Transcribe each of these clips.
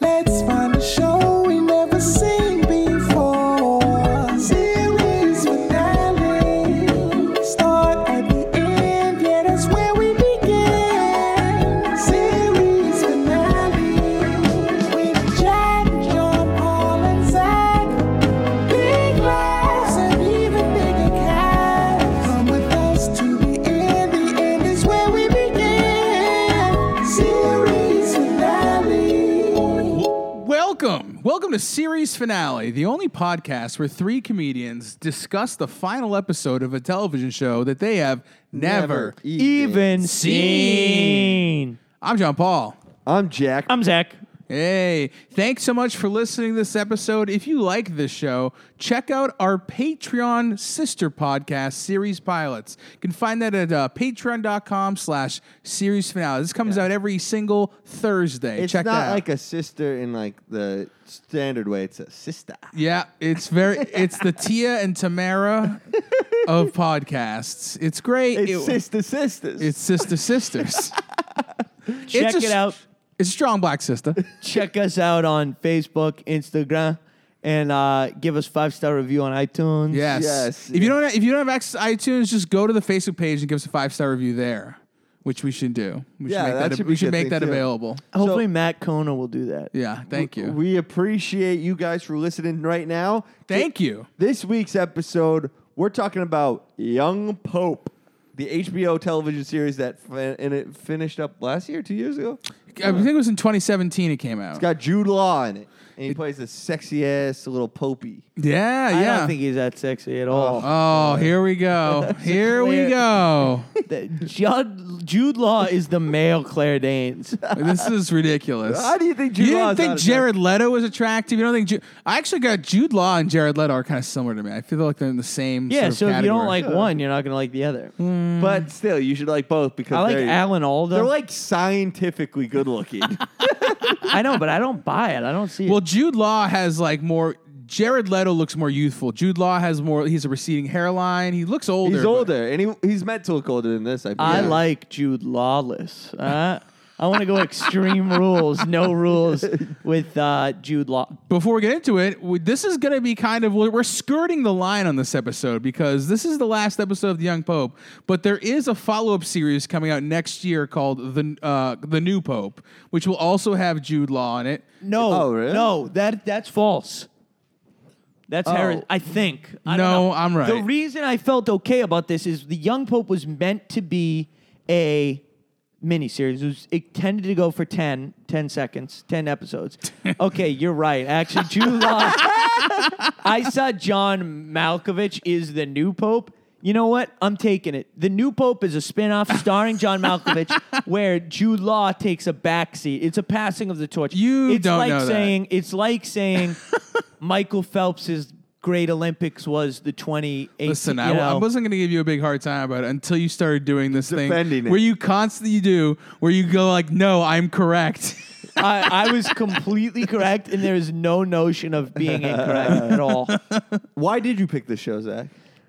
Let's find a show we never seen before. Series finale. Start at the end, yeah, that's where we begin. Series finale with Jack, John, Paul, and Zach. Big laughs and even bigger cats. Come with us to the end. The end is where we begin. Series finale. Welcome. Welcome to Series Finale, the only podcast where three comedians discuss the final episode of a television show that they have never, Never even. even seen. I'm John Paul. I'm Jack. I'm Zach. Hey, thanks so much for listening to this episode. If you like this show, check out our Patreon sister podcast, Series Pilots. You can find that at uh, patreon.com slash series finale. This comes out every single Thursday. it's check not that out. like a sister in like the standard way. It's a sister. Yeah, it's very it's the Tia and Tamara of podcasts. It's great. It's It- sister sisters. it's sister sisters. Check it out. It's a strong black sister. Check us out on Facebook, Instagram, and uh, give us five star review on iTunes. Yes. Yes, If you don't have, if you don't have access to iTunes, just go to the Facebook page and give us a five star review there, which we should do. We Yeah, should make that that, should be we a should good make thing, that too. available. Hopefully So- Matt Kona will do that. Yeah. Thank you. We appreciate you guys for listening right now. thank you. This week's episode, we're talking about Young Pope, the HBO television series that fin- and it finished up last year, two years ago. I think it was in 2017 it came out. It's got Jude Law in it, and he plays a sexy ass little popey. yeah. I Yeah. don't think he's that sexy at all. oh, here we go. here we clear- go. That Jude, Jude Law is the male Claire Danes. this is ridiculous. How do you think Jude you Law didn't is think not attractive? Jared Leto was attractive? You don't think? Ju- I actually got Jude Law and Jared Leto are kind of similar to me. I feel like they're in the same. yeah, sort of so if you category. don't like one, you're not gonna like the other. But still, you should like both because Mm. I like they're, Alan Alda. they're like scientifically good looking. I know, but I don't buy it. I don't see it. Well, Jude Law has like more. Jared Leto looks more youthful. Jude Law has more. He's a receding hairline. He looks older. He's but- older, and he, he's meant to look older than this. I, believe. I like Jude Lawless. Uh, I want to go extreme rules, no rules with uh, Jude Law. Before we get into it, we, this is going to be kind of we're we're skirting the line on this episode because this is the last episode of The Young Pope, but there is a follow-up series coming out next year called the uh, the New Pope, which will also have Jude Law in it. No, Oh, really? no, that that's false. That's Oh. Harris. I think. I don't No, know. I'm right. The reason I felt okay about this is the Young Pope was meant to be a miniseries. It, was, it tended to go for 10, 10 seconds, 10 episodes. okay, you're right. Actually, Jude Law. I saw John Malkovich is the new Pope. You know what? I'm taking it. The New Pope is a spin-off starring John Malkovich where Jude Law takes a backseat. It's a passing of the torch. You it's don't like know that. saying it's like saying Michael Phelps's great Olympics was the 2018. Listen, you I, I know? wasn't going to give you a big hard time about it until you started doing this Defending thing it. where you constantly do, where you go like, "No, I'm correct." I, I was completely correct, and there is no notion of being incorrect at all Why did you pick this show, Zach?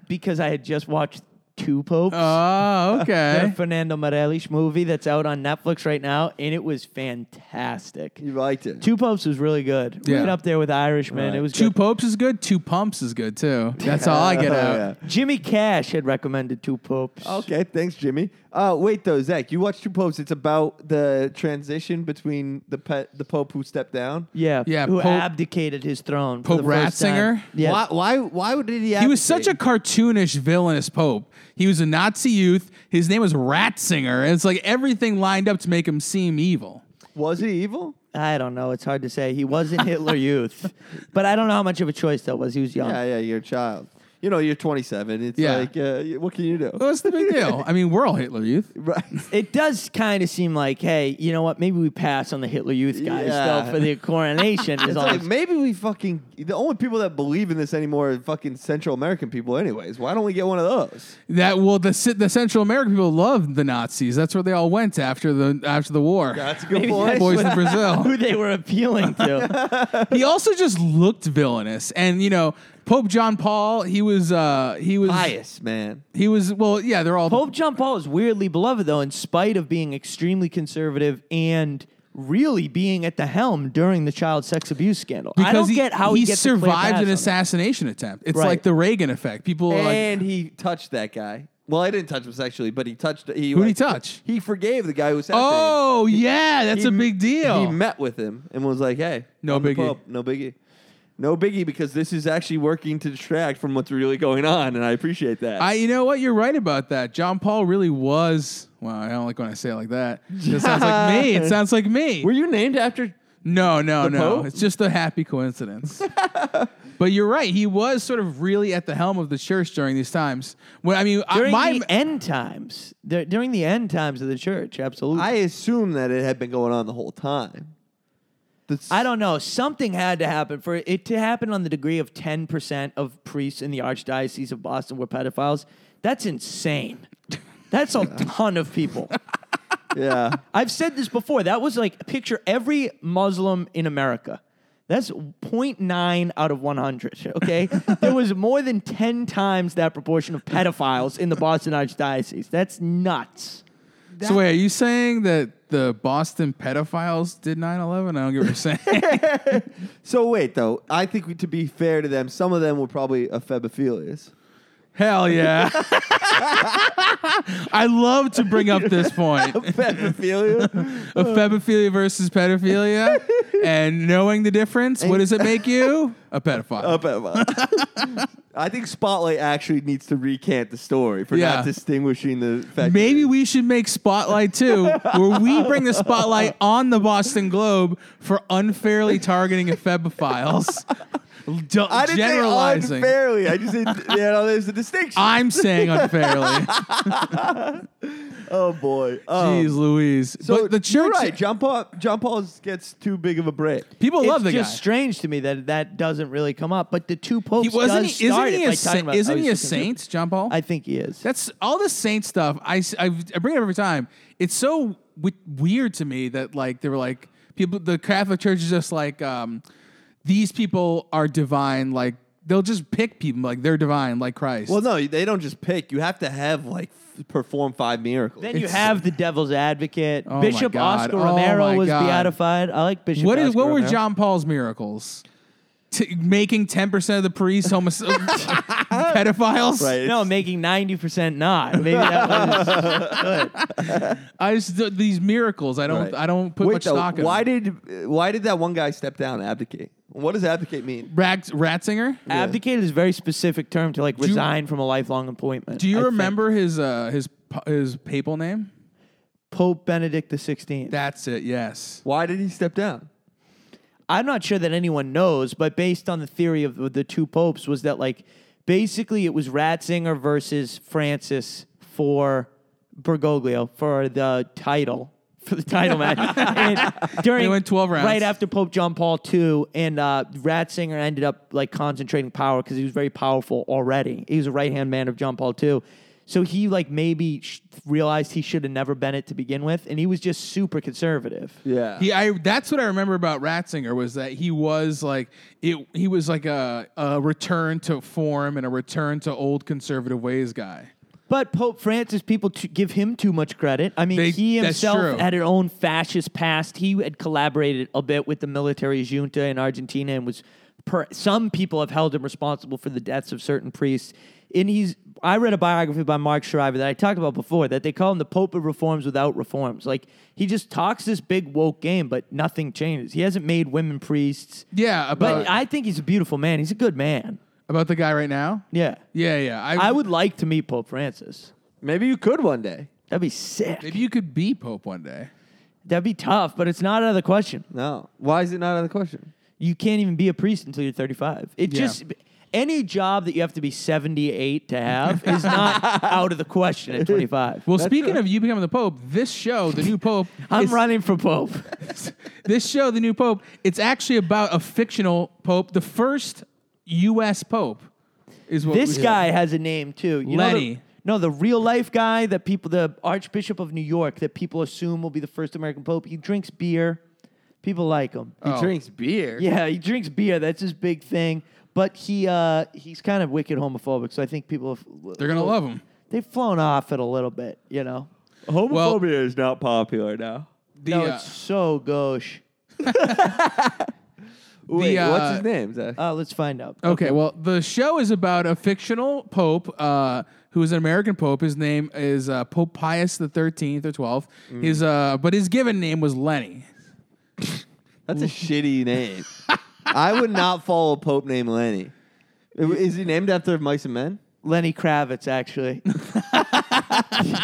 because I had just watched two popes. oh, the okay. Fernando Meirelles movie that's out on Netflix right now, and it was fantastic. You liked it. Two Popes was really good. Yeah. Right up there with Irishman. Right. It was Two good. popes is good. Two pumps is good too. That's all I get Oh, out. yeah. Jimmy Cash had recommended Two Popes. Oh, Okay, thanks, Jimmy. Uh, wait though, Zach, you watched Two Popes. It's about the transition between the pe- the Pope who stepped down. Yeah. Yeah, Who Pope- abdicated his throne. Pope for the first Ratzinger? time. Yeah. Why? Why? Why did he? He was such a cartoonish, villainous pope. He was a Nazi youth. His name was Ratzinger, and it's like everything lined up to make him seem evil. Was he evil? I don't know. It's hard to say. He was in Hitler Youth. But I don't know how much of a choice that was. He was young. Yeah, yeah. You're a child. You know, you're 27. It's Yeah. like, uh, y- what can you do? What's the big deal? I mean, we're all Hitler youth. right. It does kind of seem like, hey, you know what? Maybe we pass on the Hitler Youth guys Yeah. though for the coronation. is It's all I'm like maybe we fucking the only people that believe in this anymore are fucking Central American people, anyways. Why don't we get one of those? That well, the C- the Central American people loved the Nazis. That's where they all went after the after the war. That's a good Maybe point. that's Boys in Brazil. who they were appealing to. he also just looked villainous and you know pope john paul he was uh he was Bias, man. he was well yeah they're all Pope John Paul is weirdly beloved, though, in spite of being extremely conservative and really being at the helm during the child sex abuse scandal. I don't he, get how he, he, gets a clear survived pass an on that. assassination attempt. It's Right. like the Reagan effect. People are like, and he touched that guy. Well, I didn't touch him sexually, but he touched. He Who'd he like, touch? He forgave the guy who was. oh yeah, that's a big deal. He met with him and was like, "Hey, No I'm the biggie. Pope. no biggie, no biggie," because this is actually working to distract from what's really going on, and I appreciate that. I, you know what? You're right about that. John Paul really was. Well, I don't like when I say it like that. It sounds like me. It sounds like me. Were you named after? No, no, The no. Pope? It's just a happy coincidence. but you're right. He was sort of really at the helm of the church during these times. Well, I mean, I, during my the end times. Dur- During the end times of the church, absolutely. I I, assume that it had been going on the whole time. That's- don't know. Something had to happen for it to happen on the degree of ten percent of priests in the archdiocese of Boston were pedophiles. That's insane. That's a ton of people. yeah. I've said this before. That was like picture every Muslim in America. That's 0.9 out of 100. Okay, there was more than 10 times that proportion of pedophiles in the Boston Archdiocese. That's nuts. so wait, are you saying that the Boston pedophiles did 9/11? I don't get what you're saying. So wait, though, I think we, to be fair to them, some of them were probably ephebephilias. Hell yeah! I love to bring up this point. Ephebophilia? Ephebophilia versus pedophilia, and knowing the difference, what does it make you? A A pedophile. pedophile. I think Spotlight actually needs to recant the story for Yeah. not distinguishing the fact. Maybe we should make Spotlight too, where we bring the spotlight on the Boston Globe for unfairly targeting ephebophiles. Du- I didn't say generalizing. unfairly. I just said you know, there's a distinction. I'm saying unfairly. oh boy. Um, Jeez Louise. So but the you're church, right? John Paul. John Paul gets too big of a break. people love the it's just guy. strange to me that that doesn't really come up. But the two popes He wasn't. does He, isn't start he a, it by talking saint, about- isn't I was he a just confused. saint, John Paul? I think he is. That's all the saint stuff. I, s- I've- I bring it up every time. It's so w- weird to me that like they were like people. The Catholic Church is just like um, these people are divine. Like they'll just pick people like they're divine, like Christ. Well, no, they don't just pick. You have to have like f- perform five miracles. then you it's- have the devil's advocate. Oh my Bishop God. Oscar Oh my Romero was God. beatified. I like Bishop what is Oscar what were Romero. John Paul's miracles? T- making ten percent of the priests homosexual pedophiles. Right. No, making 90% not. Maybe that was. I just th- these miracles. I don't. Right. I don't put Wait, much though, stock in. Why them. did uh, why did that one guy step down? Abdicate. What does abdicate mean? Rat- Ratzinger? Abdicate is a very specific term to like you- resign from a lifelong appointment. Do you I think. remember his uh, his pa- his papal name? Pope Benedict the Sixteenth? That's it. Yes. Why did he step down? I'm not sure that anyone knows, but based on the theory of the two popes, was that like basically it was Ratzinger versus Francis for Bergoglio for the title for the title match and during They went 12 rounds. right after Pope John Paul II, and uh, Ratzinger ended up like concentrating power because he was very powerful already. He was a right hand man of John Paul II. So he like maybe sh- realized he should have never been it to begin with, and he was just super conservative. Yeah. He, I, that's what I remember about Ratzinger was that he was like it. He was like a, a return to form and a return to old conservative ways guy. But Pope Francis, people to give him too much credit. I mean, They- he that's true. himself had his own fascist past. He had collaborated a bit with the military junta in Argentina and was. Per, some people have held him responsible for the deaths of certain priests. And he's. I read a biography by Mark Shriver that I talked about before that they call him the Pope of reforms without reforms. Like he just talks this big woke game, but nothing changes. He hasn't made women priests. Yeah, about But I think he's a beautiful man. He's a good man. about the guy right now. Yeah. Yeah, yeah. I, I would like to meet Pope Francis. Maybe you could one day. That'd be sick. Maybe you could be Pope one day. That'd be tough, but it's not out of the question. No. Why is it not out of the question? You can't even be a priest until you're 35. It Yeah. just any job that you have to be 78 to have is not out of the question at 25. Well, speaking of you becoming the Pope, this show, the new Pope, I'm is- running for pope. This show, the new Pope, it's actually about a fictional Pope, the first U.S. Pope. Is what This we- guy has a name too. You Know Lenny. the, no, the real life guy that people, the Archbishop of New York, that people assume will be the first American pope. He drinks beer. People like him. He drinks beer. Yeah, he drinks beer. That's his big thing. But he uh, he's kind of wicked homophobic, so I think people have, They're gonna love him. They've flown off it a little bit, you know. Homophobia is not popular now. The, no, uh, it's so gauche. Wait, uh, what's his name? Zach? Uh, let's find out. Okay, well, the show is about a fictional pope uh, who is an American pope. His name is uh, Pope Pius the Thirteenth or Twelfth. Mm. His uh, but his given name was Lenny. That's a shitty name. I would not follow a pope named Lenny. I- Is he named after Mice and Men? Lenny Kravitz, actually.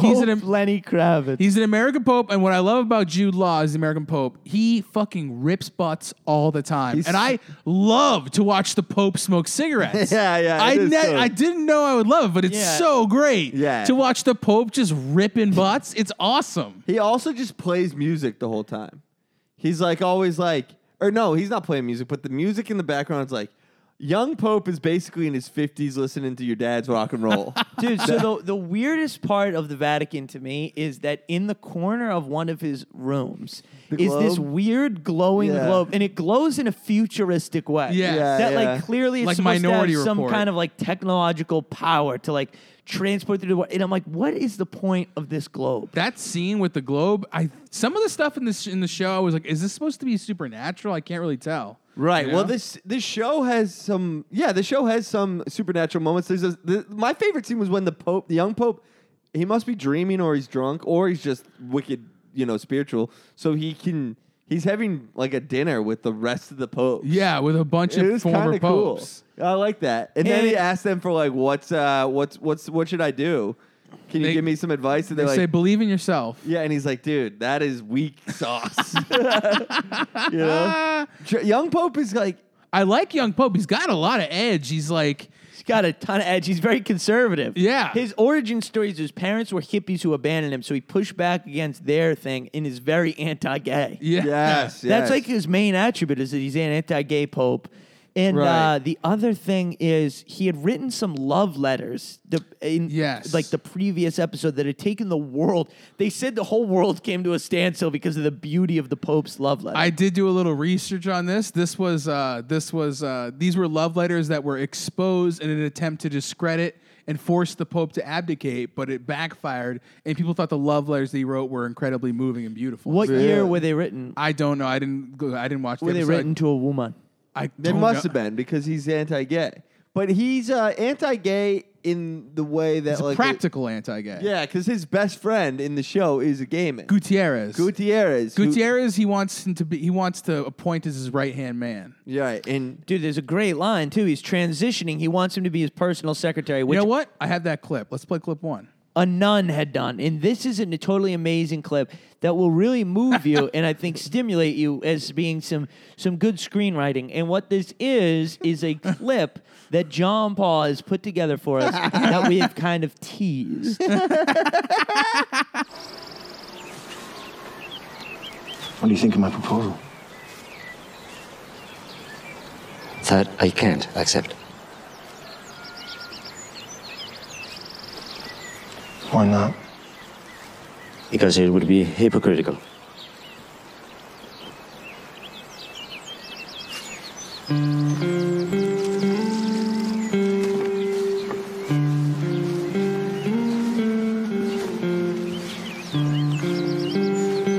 He's an Pope Lenny Kravitz. he's an American pope, and what I love about Jude Law is the American pope. He fucking rips butts all the time, He's- and I love to watch the pope smoke cigarettes. Yeah, yeah, I it is ne- cool. I didn't know I would love it, but it's Yeah. so great. Yeah. to watch the pope just ripping butts, it's awesome. He also just plays music the whole time. He's like always like, or no, he's not playing music, but the music in the background is like, young Pope is basically in his 50s listening to your dad's rock and roll. Dude, so the, the weirdest part of the Vatican to me is that in the corner of one of his rooms The is this globe? weird glowing Yeah. globe, and it glows in a futuristic way. Yeah. Yeah, that yeah. like clearly it's Like supposed Minority to have some Report. kind of like technological power to like transport through the world. And I'm like, what is the point of this globe? that scene with the globe, I some of the stuff in this in the show, I was like, is this supposed to be supernatural? I can't really tell. Right. You Well, know? this this show has some yeah, the show has some supernatural moments. There's a, the, my favorite scene was when the pope, the young pope, he must be dreaming or he's drunk or he's just wicked, you know, spiritual. So he can he's having like a dinner with the rest of the popes. yeah, with a bunch It of was kind former of cool. popes. I like that. And then And- he asked them for like what's uh what's what's what should I do? Can you They- give me some advice? And They they're like say believe in yourself. yeah, and he's like, dude, that is weak sauce. you know? Ah, Tr- Young Pope is like I like young Pope. He's got a lot of edge. He's like, He's got a ton of edge. He's very conservative. Yeah. His origin story is his parents were hippies who abandoned him, so he pushed back against their thing and is very anti-gay. yeah, Yes, That's yes. like his main attribute is that he's an anti-gay pope. And Right. uh, the other thing is he had written some love letters the, in Yes. like the previous episode that had taken the world. They said the whole world came to a standstill because of the beauty of the pope's love letter. I did do a little research on this. This was uh, this was uh, these were love letters that were exposed in an attempt to discredit and force the Pope to abdicate, but it backfired, and people thought the love letters that he wrote were incredibly moving and beautiful. what year Really? were they written? I don't know. I didn't. go- I didn't watch. the were they episode. written to a woman? I They Oh, don't must know. have been because he's anti-gay, but he's uh, anti-gay in the way that It's a like practical anti-gay. yeah, because his best friend in the show is a gay man, Gutierrez. Gutierrez. who- Gutierrez. He wants him to be. He wants to appoint as his right hand man. yeah, right, and Dude, there's a great line too. He's transitioning. He wants him to be his personal secretary, You which know what? I have that clip. Let's play clip one. a nun had done. And this is a totally amazing clip that will really move you and I think stimulate you as being some some good screenwriting. And what this is is a clip that John Paul has put together for us that we have kind of teased. What do you think of my proposal? that I can't accept. Why not? Because it would be hypocritical.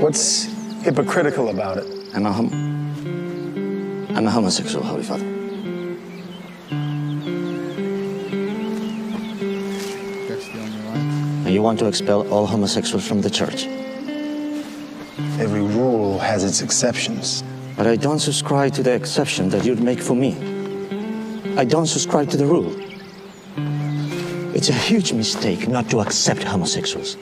What's hypocritical about it? I'm a hom. I'm a homosexual, Holy Father. That's the only line. And you want to expel all homosexuals from the church. Every rule has its exceptions. But I don't subscribe to the exception that you'd make for me. I don't subscribe to the rule. It's a huge mistake not to accept homosexuals.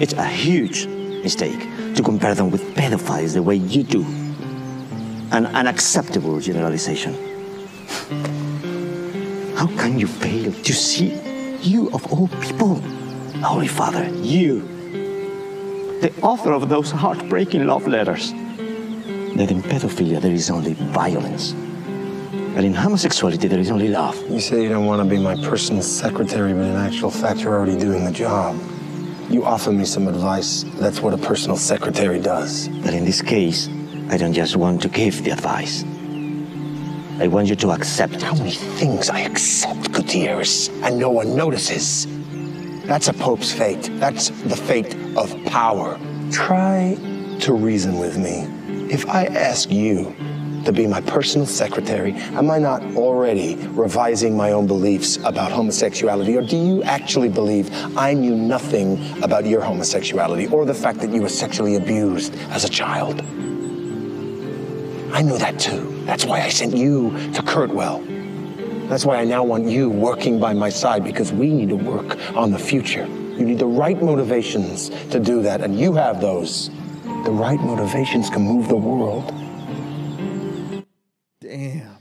It's a huge mistake to compare them with pedophiles the way you do. An unacceptable generalization. How can you fail to see you, of all people? Holy Father, you, the author of those heartbreaking love letters that in pedophilia there is only violence, and in homosexuality there is only love. You say you don't want to be my personal secretary, but in actual fact, you're already doing the job. You offer me some advice. That's what a personal secretary does. But in this case, I don't just want to give the advice. I want you to accept How it. many things I accept, Gutierrez, and no one notices. That's a pope's fate. That's the fate of power. Try to reason with me. If I ask you to be my personal secretary, am I not already revising my own beliefs about homosexuality? Or do you actually believe I knew nothing about your homosexuality or the fact that you were sexually abused as a child? I knew that too. That's why I sent you to Kurtwell. That's why I now want you working by my side because we need to work on the future. You need the right motivations to do that, and you have those. The right motivations can move the world. Damn.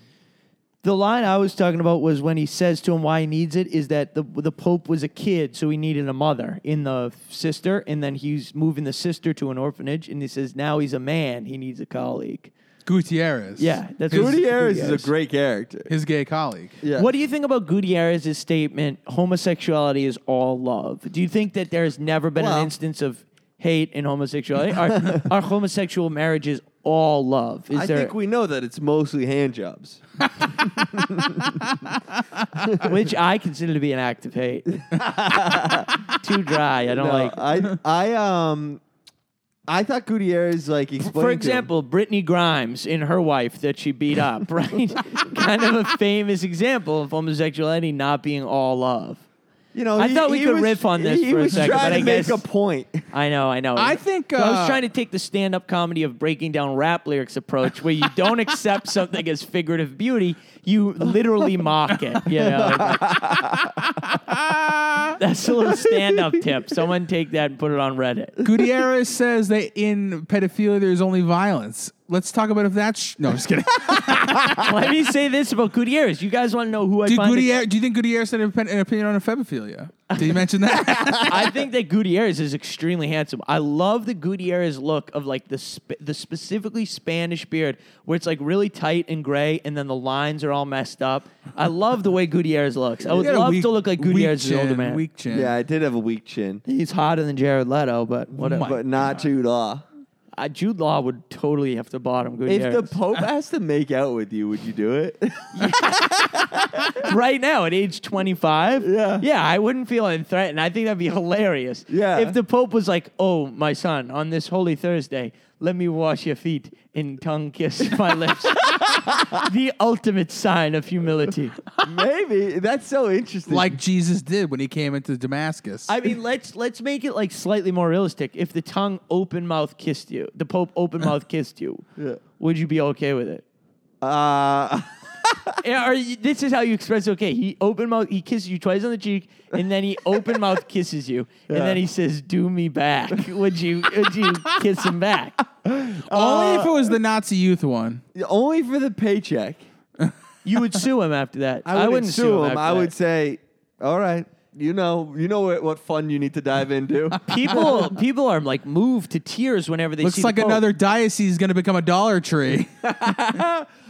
The line I was talking about was when he says to him why he needs it is that the the Pope was a kid, so he needed a mother in the sister, and then he's moving the sister to an orphanage, and he says now he's a man, he needs a colleague. Gutierrez. Yeah, that's his, Gutierrez is a Gutierrez. great character. his gay colleague. Yeah. What do you think about Gutierrez's statement? Homosexuality is all love. Do you think that there has never been Well- an instance of hate in homosexuality? Are, are homosexual marriages all love? Is I there, think we know that it's mostly hand jobs. which I consider to be an act of hate. Too dry. I don't No, like. I I um I thought Gutierrez like explained. to For him- example, Brittany Grimes in her wife that she beat up, right? kind of a famous example of homosexuality not being all love. you know, I he- thought we he could was- riff on this he for a was second, trying but to I make guess- a point. I know, I know. I think, So I was uh, trying to take the stand-up comedy of breaking down rap lyrics approach, where you don't accept something as figurative beauty, you literally mock it. You know, Like- that's a little stand-up tip. Someone take that and put it on Reddit. Gutierrez says that in pedophilia there's only violence. Let's talk about if that's sh- no. I'm just kidding. Let me say this about Gutierrez. You guys want to know who I Did find? Gutierrez, do you think Gutierrez had an opin- an opinion on pedophilia? Did you mention that? I think that Gutierrez is extremely handsome. I love the Gutierrez look of like the sp- the specifically Spanish beard, where it's like really tight and gray, and then the lines are all messed up. I love the way Gutierrez looks. I would He had a love weak- to look like weak Gutierrez as an older chin, man. Weak chin. Yeah, I did have a weak chin, He's hotter than Jared Leto, but whatever. my- but not too law. Uh, Jude Law would totally have to bottom If Gutierrez the Pope asked to make out with you, would you do it? right now at age twenty five. Yeah. yeah, I wouldn't feel in threatened. I think that'd be hilarious. Yeah. if the Pope was like, "Oh, my son, on this Holy Thursday, let me wash your feet and tongue kiss my lips." the ultimate sign of humility. Maybe that's so interesting. Like Jesus did when he came into Damascus. I mean, let's let's make it like slightly more realistic. If the tongue open mouth kissed you, the Pope open mouth kissed you, Yeah. would you be okay with it? uh, Yeah, Or you, this is how you express okay. He open mouth, he kisses you twice on the cheek, and then he open mouth kisses you, and then he says, "Do me back." Would you? Would you kiss him back? only if it was the Nazi youth one. only for the paycheck. You would sue him after that. I, wouldn't wouldn't sue him. after I would that. say, all right, you know, you know what, what fun you need to dive into. people people are like moved to tears whenever they see Looks the like Pope. another diocese is going to become a Dollar Tree.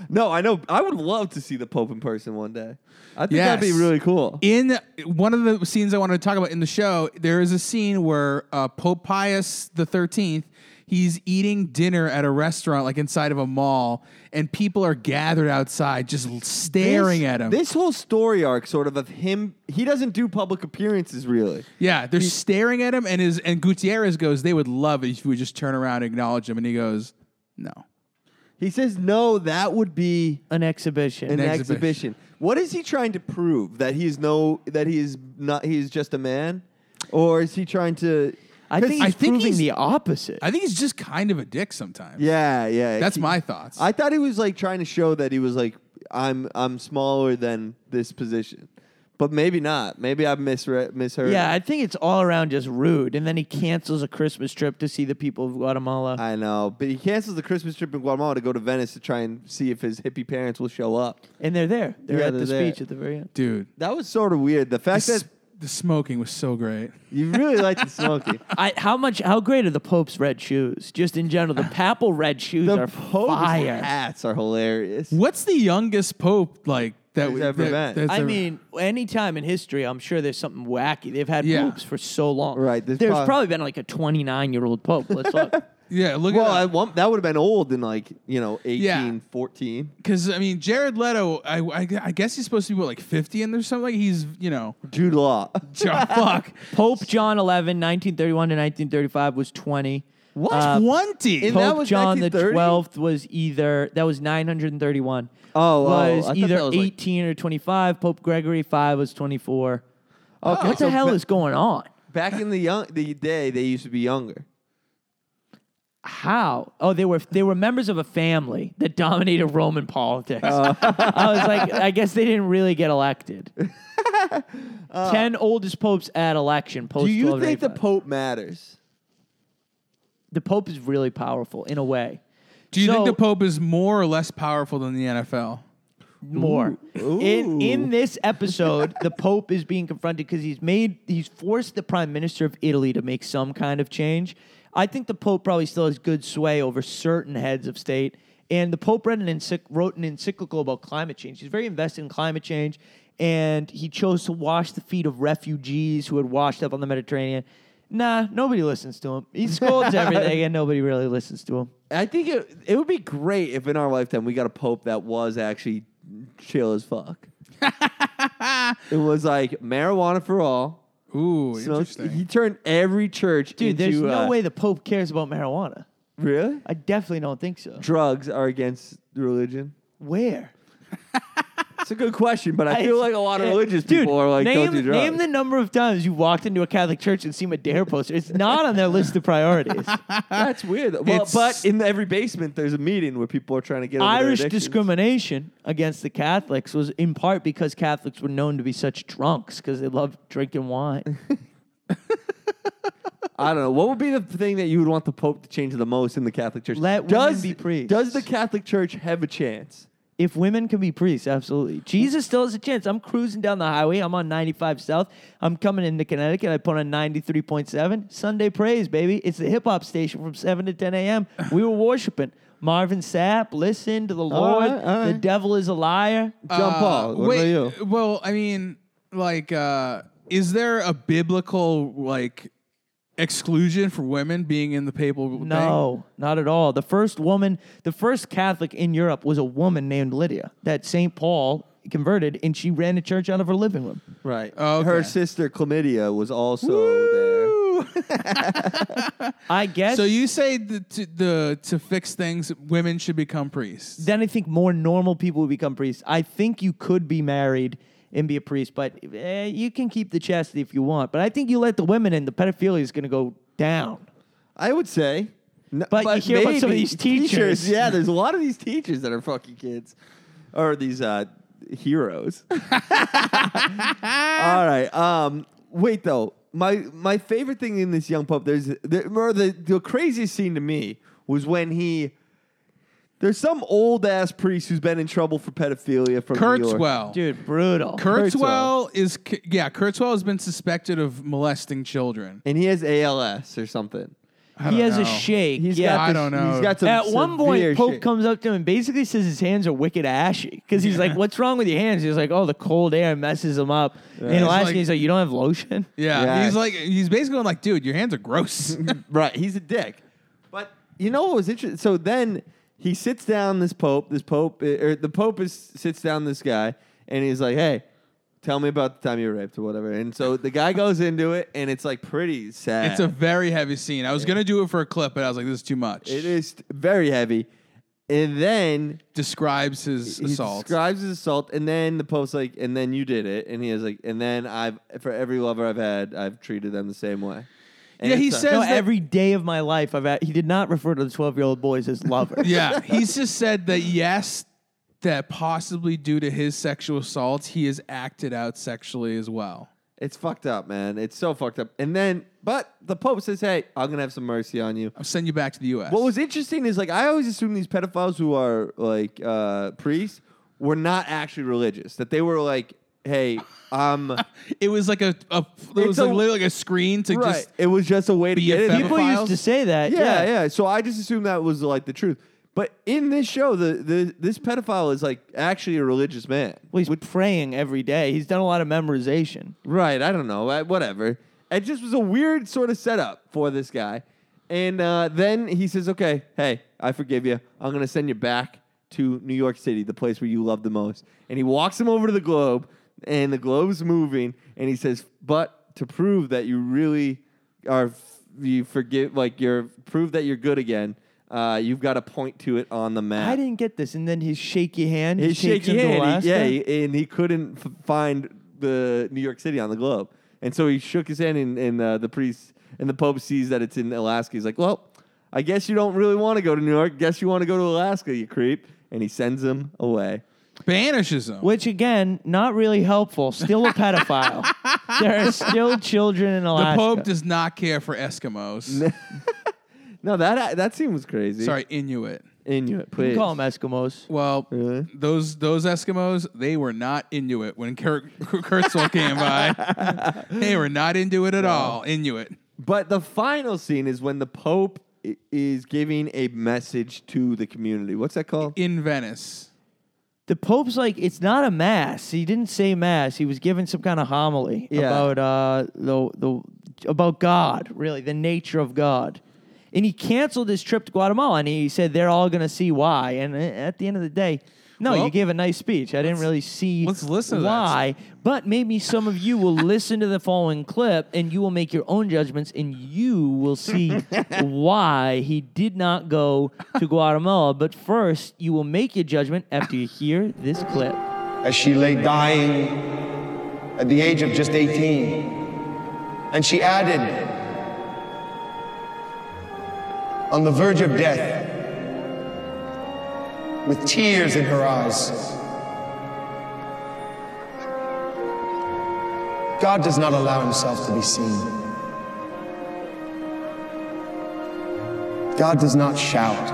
no, I know. I would love to see the Pope in person one day. I think that'd be Yes. really cool. in one of the scenes I wanted to talk about in the show, there is a scene where uh, Pope Pius the Thirteenth he's eating dinner at a restaurant like inside of a mall, and people are gathered outside just staring This- at him. This whole story arc, sort of, of him, he doesn't do public appearances really. yeah, they're staring at him, and his and Gutierrez goes, "They would love it if you would just turn around and acknowledge him," and he goes, "No." He says, no, that would be an exhibition. an, exhibition. exhibition. What is he trying to prove? That he's no, that he's not, he's just a man, or is he trying to? I think he's I think proving he's- the opposite. I think he's just kind of a dick sometimes. Yeah, yeah. that's he- my thoughts. I thought he was like trying to show that he was like, I'm, I'm smaller than this position, but maybe not. Maybe I misread, misheard. yeah, I think it's all around just rude. And then he cancels a Christmas trip to see the people of Guatemala. I know, but he cancels the Christmas trip in Guatemala to go to Venice to try and see if his hippie parents will show up. and they're there. They're Yeah, at the they're there. speech at the very end. Dude, That was sort of weird. The fact this, that the smoking was so great. you really liked the smoking. I, how much? How great are the Pope's red shoes? Just in general, the papal red shoes The are Pope's fire. hats are hilarious. What's the youngest pope like that He's we ever that- met. that's I ever- mean, any time in history, I'm sure there's something wacky. They've had Yeah. popes for so long. Right, there's There's, prob- probably, been like a 29 year old pope. Let's look. yeah, look Well, at I want, that would have been old in like you know eighteen, Yeah. fourteen. Because I mean, Jared Leto, I, I, I guess he's supposed to be what, like fifty, and there's something like he's, you know, Jude Law. fuck. pope John 11, 1931 to 1935 was 20. What? Uh, 20? in And that Pope was John the 1930? Twelfth was either that was 931. Oh, oh, was I thought either that was like- 18 or 25. Pope Gregory five was 24. Okay, what the so hell ba- is going on? back in the young the day they used to be younger? How? Oh, they were they were members of a family that dominated Roman politics. I was like, I guess they didn't really get elected. Ten oldest popes at election. Post Do you think the 1285. Pope matters? the pope is really powerful in a way? Do you think So- the Pope is more or less powerful than the NFL? more. In in this episode, the Pope is being confronted because he's made he's forced the Prime Minister of Italy to make some kind of change. I think the Pope probably still has good sway over certain heads of state. And the Pope read an encyc- wrote an encyclical about climate change. He's very invested in climate change, and he chose to wash the feet of refugees who had washed up on the Mediterranean. Nah, nobody listens to him. He scolds everything, and nobody really listens to him. I think it it would be great if in our lifetime we got a pope that was actually chill as fuck. it was like marijuana for all. Ooh, Smoked- interesting. he turned every church Dude, into there's no uh, way the Pope cares about marijuana. really I definitely don't think so. drugs are against religion. Where? It's a good question, but I feel like a lot of Yeah. religious Dude, people are like name, don't do drugs. Name the number of times you walked into a Catholic church and seen a dare poster. It's not on their list of priorities. That's weird. though. Well, It's- but in every basement there's a meeting where people are trying to get over their Irish addictions. discrimination against the Catholics was in part because Catholics were known to be such drunks because they loved drinking wine. I don't know. What would be the thing that you would want the Pope to change the most in the Catholic Church? Let women does, be priests. Does the Catholic Church have a chance? if women can be priests, absolutely. Jesus still has a chance. I'm cruising down the highway. I'm on 95 South. I'm coming into Connecticut. I put on 93.7. Sunday Praise, baby. It's the hip hop station from 7 to 10 a.m. We were worshiping. Marvin Sapp, listen to the Lord. right, all The right. Oh, devil is a liar. John Paul, what Uh, Wait, Uh, about you? Well, I mean, like, uh, is there a biblical, like, exclusion for women being in the papal thing? No, not at all. The first woman, the first Catholic in Europe was a woman named Lydia that St. Paul converted, and she ran a church out of her living room. Right. Okay. Her sister Chlamydia was also I guess. So you say the to, the to fix things, women should become priests. then I think more normal people would become priests. I think you could be married and be a priest, but eh, you can keep the chastity if you want. But I think you let the women in, the pedophilia is going to go down. there. I would say. N- But you hear about some of maybe these teachers. Yeah, there's a lot of these teachers that are fucking kids, or these uh, heroes. All right. Um. Wait though. My my favorite thing in this young pope. There's the, or the the craziest scene to me was when he. There's some old ass priest who's been in trouble for pedophilia from New York. Kurzweil. Dude, brutal. Kurzweil is c- yeah. Kurzweil has been suspected of molesting children. and he has ALS or something. I he don't has a know. shake. He's yeah. got I this- don't know. He's got some At one point, severe Pope shit. comes up to him and basically says his hands are wicked ashy because he's like, "What's wrong with your hands?" He's like, "Oh, the cold air messes them up." And last like- he's like, "You don't have lotion." Yeah, Yeah. he's like he's basically going like, dude, your hands are gross. Right, he's a dick. But you know what was interesting? So then he sits down this pope. This pope, eh, or the pope is sits down this guy, and he's like, "Hey, tell me about the time you were raped or whatever." And so the guy goes into it, and it's like pretty sad. it's a very heavy scene. I was gonna do it for a clip, but I was like, this is too much. it is very heavy. And then Describes his he assault. describes his assault, and then the pope's like, "And then you did it," and he is like, "And then I've for every lover I've had, I've treated them the same way." And Yeah, he it's a- said- No, Says that- every day of my life, I've had, he did not refer to the twelve-year-old boys as lovers. yeah, he's just said that yes, that possibly due to his sexual assault, he has acted out sexually as well. It's fucked up, man. It's so fucked up. And then, but the Pope says, "Hey, I'm gonna have some mercy on you." I'll send you back to the U.S. What was interesting is like I always assume these pedophiles who are like uh, priests were not actually religious. That they were like, "Hey, um, right." it? Was like a, a it It's was a- like literally like a screen to just it was just a way to be get a it." fem- People used to say that. yeah, yeah, So I just assumed that was like the truth. But in this show, the, the this pedophile is like actually a religious man. Well, he's praying every day. He's done a lot of memorization. Right. I don't know. I, whatever. It just was a weird sort of setup for this guy. And uh, then he says, okay, hey, I forgive you. I'm going to send you back to New York City, the place where you love the most. And he walks him over to the globe, and the globe's moving. And he says, but to prove that you really are f- you forgive, like you're prove that you're good again. Uh, you've got to point to it on the map. I didn't get this. And then his shaky hand. His he takes shaky him to hand, Alaska. he, yeah, he- and he couldn't f- find the New York City on the globe, and so he shook his hand, and, and uh, the priest and the Pope sees that it's in Alaska. He's like, "Well, I guess you don't really want to go to New York. Guess you want to go to Alaska, you creep." And he sends him away. Banishes him. Which again, not really helpful. Still a pedophile. there are still children in the Alaska. Pope does not care for Eskimos. No, that uh, that scene was crazy. Sorry, Inuit. Inuit, You please. call them Eskimos. Well, Really? those those Eskimos, they were not Inuit when Kurt, Kurtzel came by. they were not into it at all. Inuit. But the final scene is when the Pope i- is giving a message to the community. What's that called? In Venice. The Pope's like, it's not a mass. He didn't say mass. He was giving some kind of homily Yeah. about uh, the the about God, really, the nature of God. And he canceled his trip to Guatemala, and he said they're all going to see why. And a- at the end of the day, no, Well, you gave a nice speech. I didn't really see let's listen to that. why, but maybe some of you will listen to the following clip, and you will make your own judgments, and you will see why he did not go to Guatemala. But first, you will make your judgment after you hear this clip. as she lay dying at the age of just 18. And she added, on the verge of death, with tears in her eyes, God does not allow himself to be seen. God does not shout.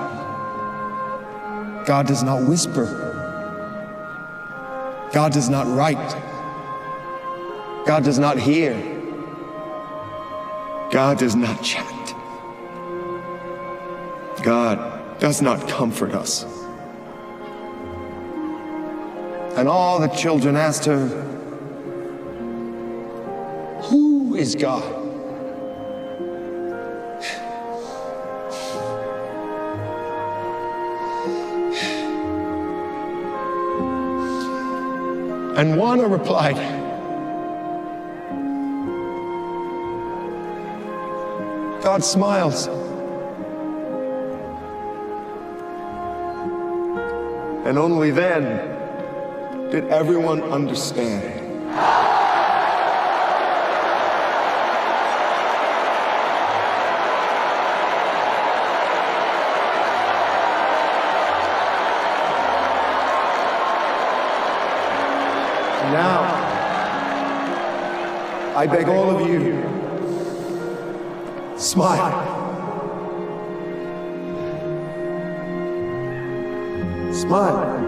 God does not whisper. God does not write. God does not hear. God does not chat. God does not comfort us. And all the children asked her, Who is God? And Juana replied, God smiles. And only then did everyone understand. Now, I beg all of you, smile. Smile.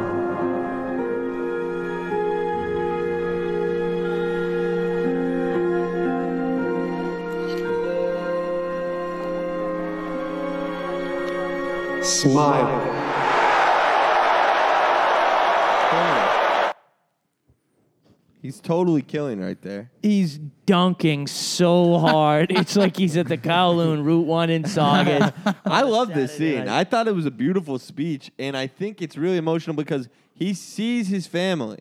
Smile. He's totally killing right there. He's dunking so hard. it's like he's at the Kowloon Route 1 in Saugus. I love this Saturday scene. night. I thought it was a beautiful speech, and I think it's really emotional because he sees his family,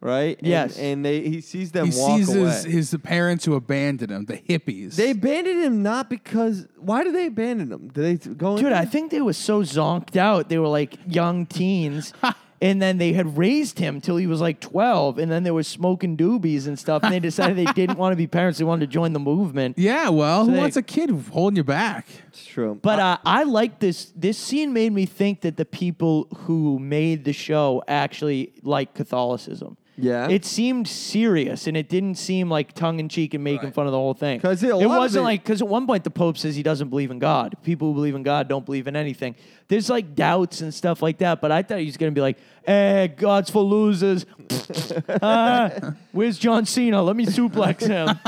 right? And- Yes. and, they he sees them He walk sees away. his, his parents who abandoned him, the hippies. they abandoned him not because. Why did they abandon him? Did they t- go? Dude, I think they were so zonked out. They were like young teens. And then they had raised him till he was like 12. And then they were smoking doobies and stuff. And they decided they didn't want to be parents. They wanted to join the movement. yeah, well, who they- wants a kid holding you back? It's true. But uh, I like this. This scene made me think that the people who made the show actually like Catholicism. Yeah. It seemed serious and it didn't seem like tongue in cheek and making fun of the whole thing. 'Cause it- a lot it of wasn't it- like, because at one point the Pope says he doesn't believe in God. People who believe in God don't believe in anything. There's like doubts and stuff like that. But I thought he was going to be like, eh, God's for losers. Ah, where's John Cena? Let me suplex him.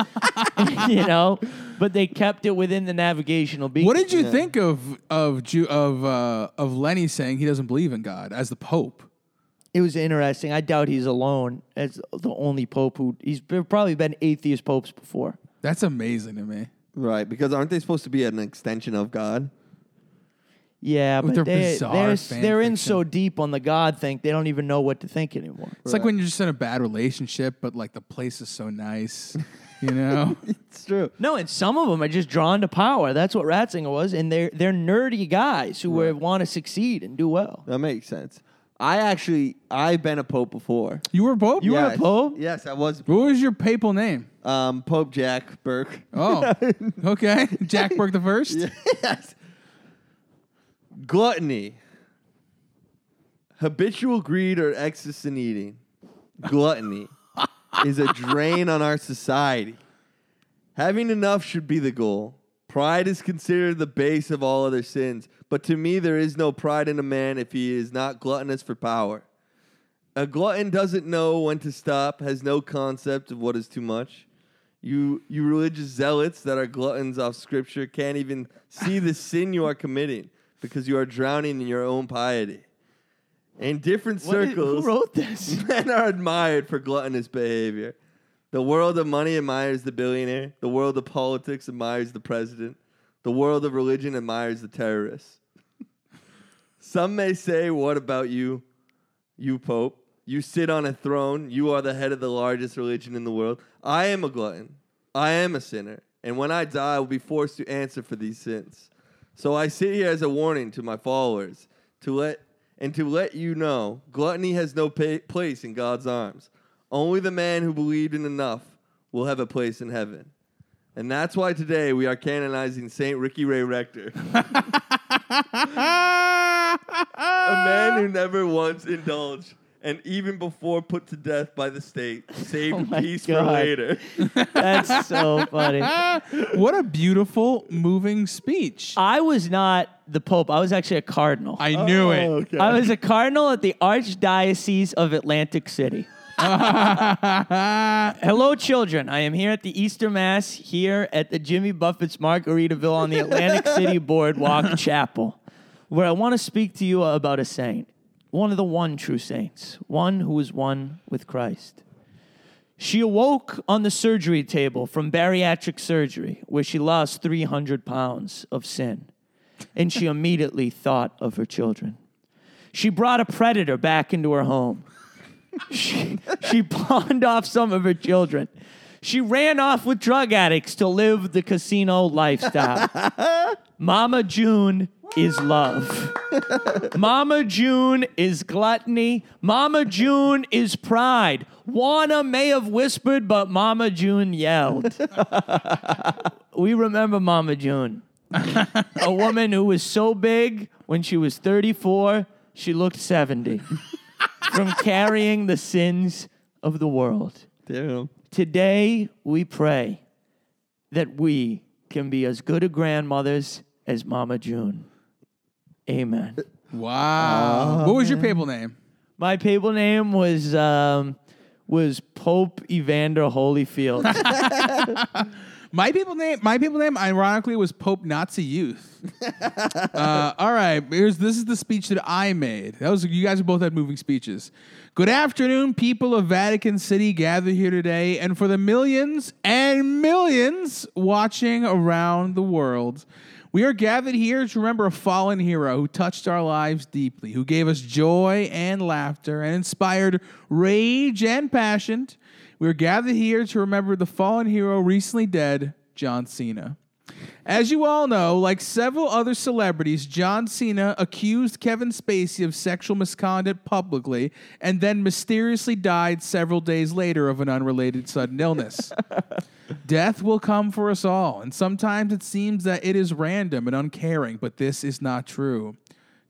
you know? But they kept it within the navigational beacon. What did you think of of Ju- of uh, of Lenny saying he doesn't believe in God as the Pope? it was interesting. I doubt he's alone as the only pope who he's there have probably been atheist popes before. That's amazing to me. right, because aren't they supposed to be an extension of God? Yeah, but they're they, bizarre they're, fan they're in fiction. so deep on the God thing, they don't even know what to think anymore. It's like when you're just in a bad relationship, but like the place is so nice, you know? It's true. No, and some of them are just drawn to power. That's what Ratzinger was, and they're they're nerdy guys who want to succeed and do well. That makes sense. I actually, I've been a pope before. you were Pope? You were a Yes. pope? Yes, I was. What was your papal name? Um, pope Jack Burke. Oh, okay. Jack Burke the First? yes. Gluttony. Habitual greed or excess in eating. Gluttony is a drain on our society. Having enough should be the goal. Pride is considered the base of all other sins, but to me, there is no pride in a man if he is not gluttonous for power. A glutton doesn't know when to stop, has no concept of what is too much. You, you religious zealots that are gluttons off scripture can't even see the sin you are committing because you are drowning in your own piety. In different What did- circles, who wrote this? men are admired for gluttonous behavior. The world of money admires the billionaire. The world of politics admires the president. The world of religion admires the terrorists. Some may say, What about you, you Pope? You sit on a throne. You are the head of the largest religion in the world. I am a glutton. I am a sinner. And when I die, I will be forced to answer for these sins. So I sit here as a warning to my followers to let and to let you know gluttony has no pa place in God's arms. Only the man who believed in enough will have a place in heaven. And that's why today we are canonizing Saint Ricky Ray Rector, a man who never once indulged and even before put to death by the state, saved my peace for God. later. That's so funny. what a beautiful, moving speech. I was not the pope. I was actually a cardinal. I Oh, knew it. I was a cardinal at the Archdiocese of Atlantic City. Hello, children. I am here at the Easter Mass here at the Jimmy Buffett's Margaritaville on the Atlantic City Boardwalk Chapel, where I want to speak to you about a saint, one of the one true saints, one who is one with Christ. She awoke on the surgery table from bariatric surgery, where she lost 300 pounds of sin, and she immediately thought of her children. She brought a predator back into her home. she, she pawned off some of her children. She ran off with drug addicts to live the casino lifestyle. Mama June is love. Mama June is gluttony. Mama June is pride. Juana may have whispered, but Mama June yelled. we remember Mama June a woman who was so big when she was 34, she looked 70 from carrying the sins of the world. Damn. Today, we pray that we can be as good a grandmothers as Mama June. Amen. Oh, Wow. what was your papal name? My papal name was um, was Pope Evander Holyfield. My people name, my people name, ironically, was Pope Nazi Youth. uh, all right, here's this is the speech that I made. That was you guys both had moving speeches. Good afternoon, people of Vatican City, gathered here today, and for the millions and millions watching around the world. We are gathered here to remember a fallen hero who touched our lives deeply, who gave us joy and laughter and inspired rage and passion. We are gathered here to remember the fallen hero recently dead, John Cena. As you all know, like several other celebrities, John Cena accused Kevin Spacey of sexual misconduct publicly and then mysteriously died several days later of an unrelated sudden illness. Death will come for us all, and sometimes it seems that it is random and uncaring, but this is not true.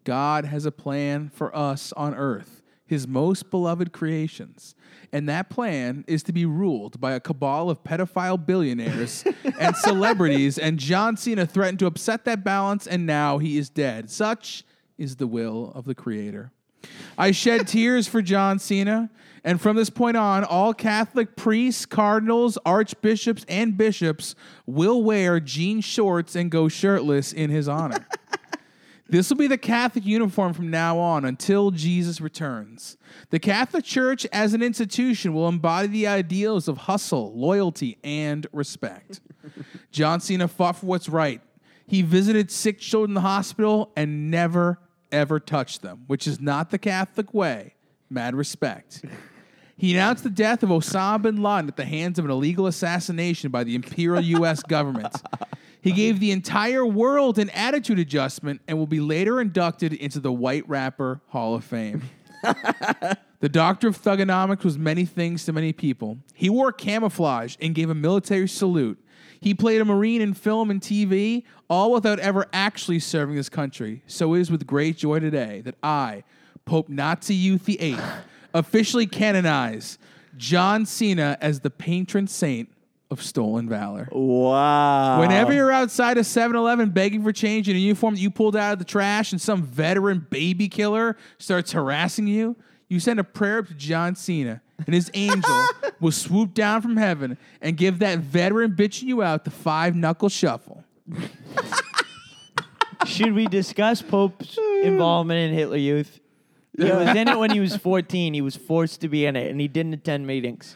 God has a plan for us on earth, his most beloved creations. And that plan is to be ruled by a cabal of pedophile billionaires and celebrities, and John Cena threatened to upset that balance, and now he is dead. Such is the will of the Creator. I shed tears for John Cena, and from this point on, all Catholic priests, cardinals, archbishops, and bishops will wear jean shorts and go shirtless in his honor. This will be the Catholic uniform from now on until Jesus returns. The Catholic Church as an institution will embody the ideals of hustle, loyalty, and respect. John Cena fought for what's right. He visited sick children in the hospital and never, ever touched them, which is not the Catholic way. Mad respect. He announced the death of Osama bin Laden at the hands of an illegal assassination by the imperial U.S. government. He gave the entire world an attitude adjustment and will be later inducted into the White Rapper Hall of Fame. The doctor of thugonomics was many things to many people. He wore camouflage and gave a military salute. He played a Marine in film and TV, all without ever actually serving his country. So it is with great joy today that I, Pope Nazi Youth the Eighth, officially canonize John Cena as the patron saint of stolen valor. Wow. Whenever you're outside a 7 Eleven begging for change in a uniform that you pulled out of the trash and some veteran baby killer starts harassing you, you send a prayer up to John Cena, and his angel will swoop down from heaven and give that veteran bitching you out the five knuckle shuffle. Should we discuss Pope's involvement in Hitler Youth? He was in it when he was 14. He was forced to be in it, and he didn't attend meetings.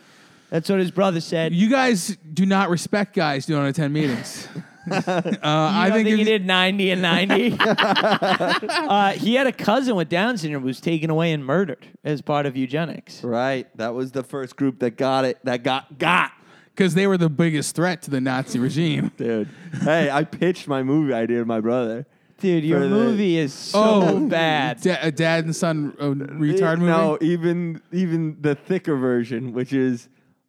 That's what his brother said. You guys do not respect guys who don't attend meetings. uh, I I think, think, he if- did 90 and 90. uh, he had a cousin with Down syndrome who was taken away and murdered as part of eugenics. Right. That was the first group that got it. That got got. because they were the biggest threat to the Nazi regime. Dude. hey, I pitched my movie idea to my brother. Dude, your For the- movie is so Oh, bad. Da- a dad and son uh, retard It- movie. No, even even the thicker version, which is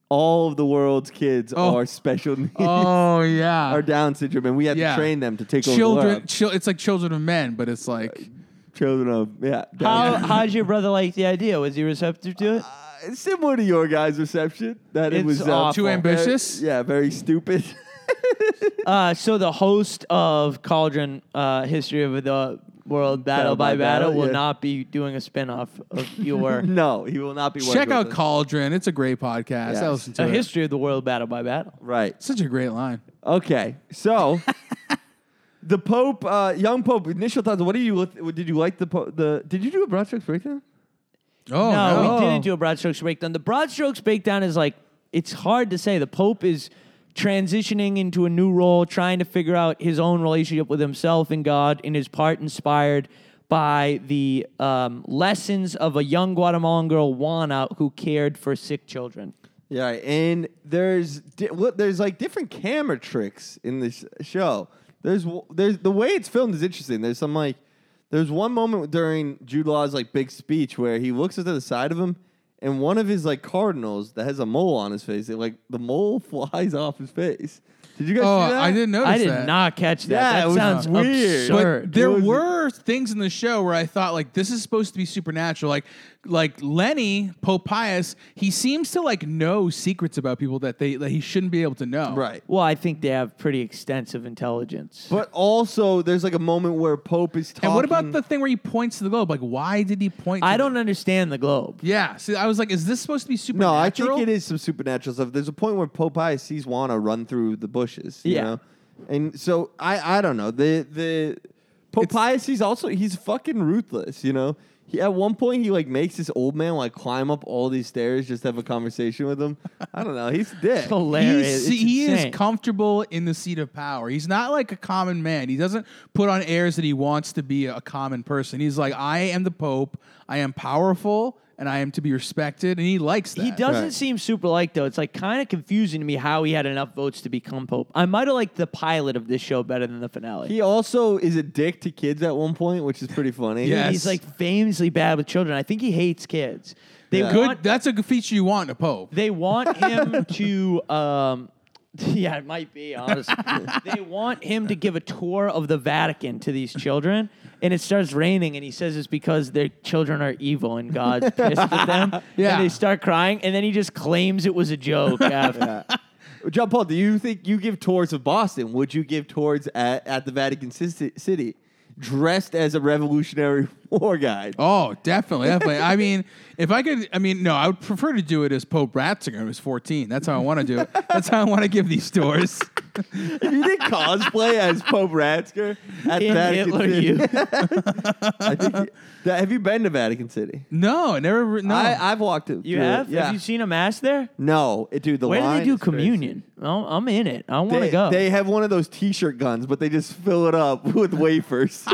all of the world's kids Oh. are special needs. Oh yeah, Are Down syndrome, and we have Yeah. to train them to take Uh, over the children. world. Chil- it's like children of men, but it's like Children of yeah, Down How, how'd your brother like the idea? Was he receptive to it? It's similar to your guys' reception. That It's it was uh, awful. Too ambitious? very- yeah, very stupid. Uh, so the host of Cauldron uh, History of the World Battle, by, Battle, will yeah. not be doing a spinoff of your no, he will not be. check working out with us. Cauldron. It's a great podcast. Yes. I listen to a it. history of the world battle by battle. Right. Such a great line. Okay. So the Pope, uh, young Pope. Initial thoughts. What do you? What, did you like the po- the? Did you do a broad strokes breakdown? Oh no, no. we didn't do a broad strokes breakdown. The broad strokes breakdown is like it's hard to say. The Pope is transitioning into a new role, trying to figure out his own relationship with himself and God, and his part inspired by the um, lessons of a young Guatemalan girl Juana who cared for sick children. Yeah, and there's di- what there's like different camera tricks in this show. There's w- there's the way it's filmed is interesting. There's some like there's one moment during Jude Law's like big speech where he looks to the side of him, and one of his like cardinals that has a mole on his face, it, like the mole flies off his face. Did you guys? Oh, see that? I didn't notice I did that. not catch that. Yeah, that it was sounds weird. But absurd. there It was- were things in the show where I thought like this is supposed to be supernatural. Like like Lenny Pope Pius, he seems to like know secrets about people that they that he shouldn't be able to know. Right. well, I think they have pretty extensive intelligence. But also, there's like a moment where Pope is talking. And what about the thing where he points to the globe? Like, why did he point? To I the- don't understand the globe. Yeah. See, I was like, is this supposed to be No, supernatural? I think it is some supernatural stuff. There's a point where Popeye sees Juana run through the bushes. You Yeah. know? And so I I don't know. The the Popeyes he's also he's fucking ruthless, you know. He, at one point he like makes this old man like climb up all these stairs just to have a conversation with him. I don't know. He's a dick. He's- Hilarious. It's he insane. is comfortable in the seat of power. He's not like a common man. He doesn't put on airs that he wants to be a common person. He's like, I am the Pope. I am powerful, and I am to be respected. And he likes that. He doesn't Right. seem super like though. It's like kind of confusing to me how he had enough votes to become pope. I might have liked the pilot of this show better than the finale. He also is a dick to kids at one point, which is pretty funny. Yeah. Yes. He's like famously bad with children. I think he hates kids. They Yeah. Good. want That's a good feature you want in a Pope. they want him to um yeah, it might be honestly. they want him to give a tour of the Vatican to these children, and it starts raining, and he says it's because their children are evil and God's pissed at them. Yeah. and they start crying, and then he just claims it was a joke. After. John Paul, do you think you give tours of Boston? Would you give tours at, at the Vatican Cis- City dressed as a Revolutionary War guy? Oh, definitely, definitely. I mean, if I could, I mean, no, I would prefer to do it as Pope Ratzinger who was 14. That's how I want to do it. That's how I want to give these doors. If you did cosplay as Pope Ratzinger at In Vatican Hitler City, Youth. I think you- that- have you been to Vatican City? No, I never. re- No, I, I've walked it. You through it, have? Yeah. Have you seen a mass there? no, it, dude. The Where do line they do is crazy. communion? Oh, I'm in it. I want to They, go. they have one of those T-shirt guns, but they just fill it up with wafers.